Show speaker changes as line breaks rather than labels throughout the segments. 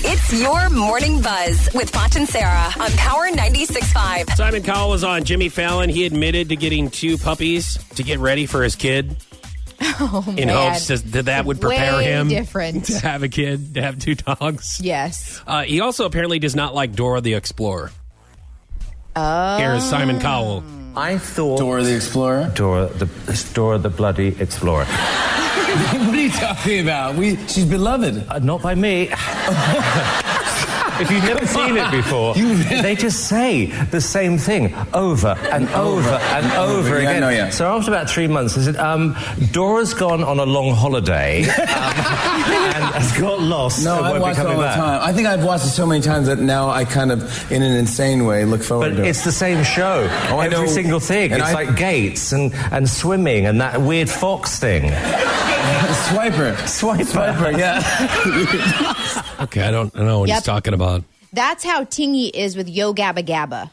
It's your morning buzz with Foch and Sarah on Power 96.5.
Simon Cowell was on Jimmy Fallon. He admitted to getting two puppies to get ready for his kid in
man.
hopes that that, that would prepare
Way
him
different.
to have a kid, to have two dogs.
Yes.
Uh, he also apparently does not like Dora the Explorer. Oh. Here is Simon Cowell.
I thought
Dora the Explorer.
Dora the Dora the bloody explorer.
what are you talking about? We, she's beloved.
Uh, not by me. if you've never seen it before, they just say the same thing over and
Oh,
over and over
over. Yeah, I
again.
know, yeah.
So after about three months, I said, um, "Dora's gone on a long holiday um, and has got lost.
No,
and
I
won't
watch
be
it
coming
all
back."
the time. I think I've watched it so many times that now I kind of, in an insane way, look forward
But
to
it's
it.
the same show.
Oh, I
Every
know.
single thing.
And
it's
I-
like gates and, and swimming and that weird fox thing.
Swiper.
Swiper.
Swiper, yeah.
Okay, I don't, I don't know what
Yep.
he's talking about.
That's how Tingy is with Yo Gabba Gabba.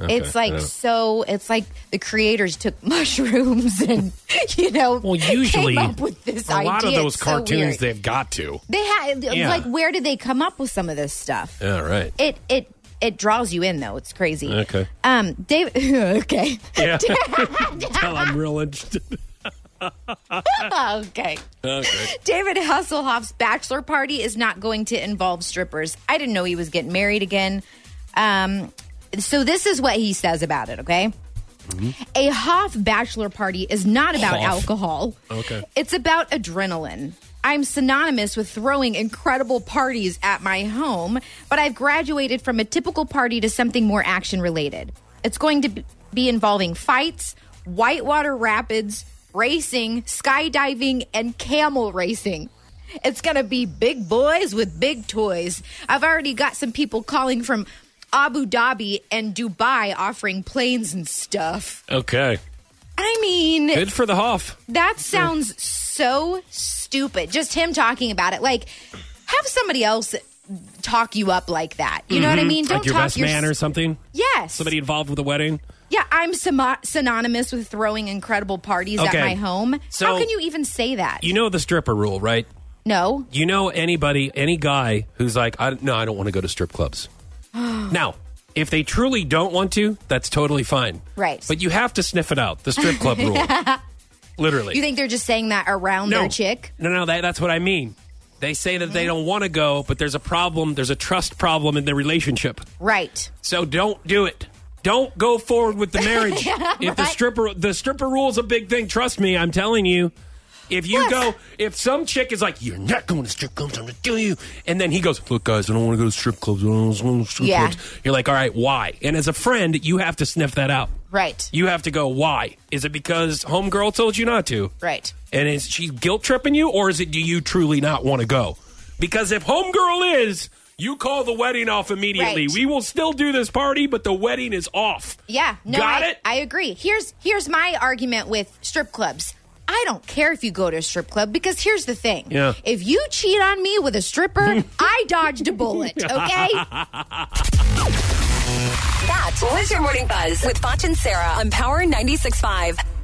it's like
yeah.
so. It's like the creators took mushrooms and you know
Well, usually,
came up with this
a
idea.
lot of those
It's so
cartoons
weird.
they've got to.
they had
Yeah.
like where did they come up with some of this stuff?
All right.
It it it draws you in though. It's crazy.
Okay.
Um, David. Okay.
Yeah. Tell I'm real interested.
okay.
Okay.
David Hasselhoff's bachelor party is not going to involve strippers. I didn't know he was getting married again. Um, so this is what he says about it, okay? A Hoff bachelor party is not about
Hoff.
alcohol.
Okay.
It's about adrenaline. I'm synonymous with throwing incredible parties at my home, but I've graduated from a typical party to something more action related. It's going to b- be involving fights, whitewater rapids, racing, skydiving, and camel racing. It's going to be big boys with big toys. I've already got some people calling from Abu Dhabi and Dubai offering planes and stuff.
Okay.
I mean,
Good for the Hoff.
that sounds so stupid. Just him talking about it. Like, have somebody else talk you up like that. You know what I mean?
Mm-hmm. like your
talk
best man or something.
Yes.
Somebody involved with a wedding.
Yeah, I'm symo- synonymous with throwing incredible parties
Okay.
at my home.
So-
How can you even say that?
You know the stripper rule, right?
no.
You know anybody, any guy who's like, I, no, I don't want to go to strip clubs. now, if they truly don't want to, that's totally fine.
Right.
But you have to sniff it out. The strip club rule. Literally.
You think they're just saying that around
no.
their chick? Mm-hmm.
No, no, that, that's what I mean. They say that they don't want to go, but there's a problem. There's a trust problem in the relationship.
Right.
So don't do it. Don't go forward with the marriage. if the stripper the stripper rule is a big thing, trust me, I'm telling you. If you go, if some chick is like, "You're not going to strip clubs, I'm going to do you," and then he goes, "Look, guys, I don't want to go to strip clubs. I don't want to go to strip
Yeah.
clubs." You're like, "All right, why?" And as a friend, you have to sniff that out.
Right.
You have to go, "Why? Is it because homegirl told you not to?"
Right.
And is she guilt tripping you, or is it do you truly not want to go? Because if homegirl is, you call the wedding off immediately.
Right.
We will still do this party, but the wedding is off.
Yeah, no,
got
I,
it.
I agree. Here's here's my argument with strip clubs. I don't care if you go to a strip club because here's the thing.
Yeah.
If you cheat on me with a stripper, I dodged a bullet, okay?
That was your morning buzz with Foch and Sarah on Power 96.5.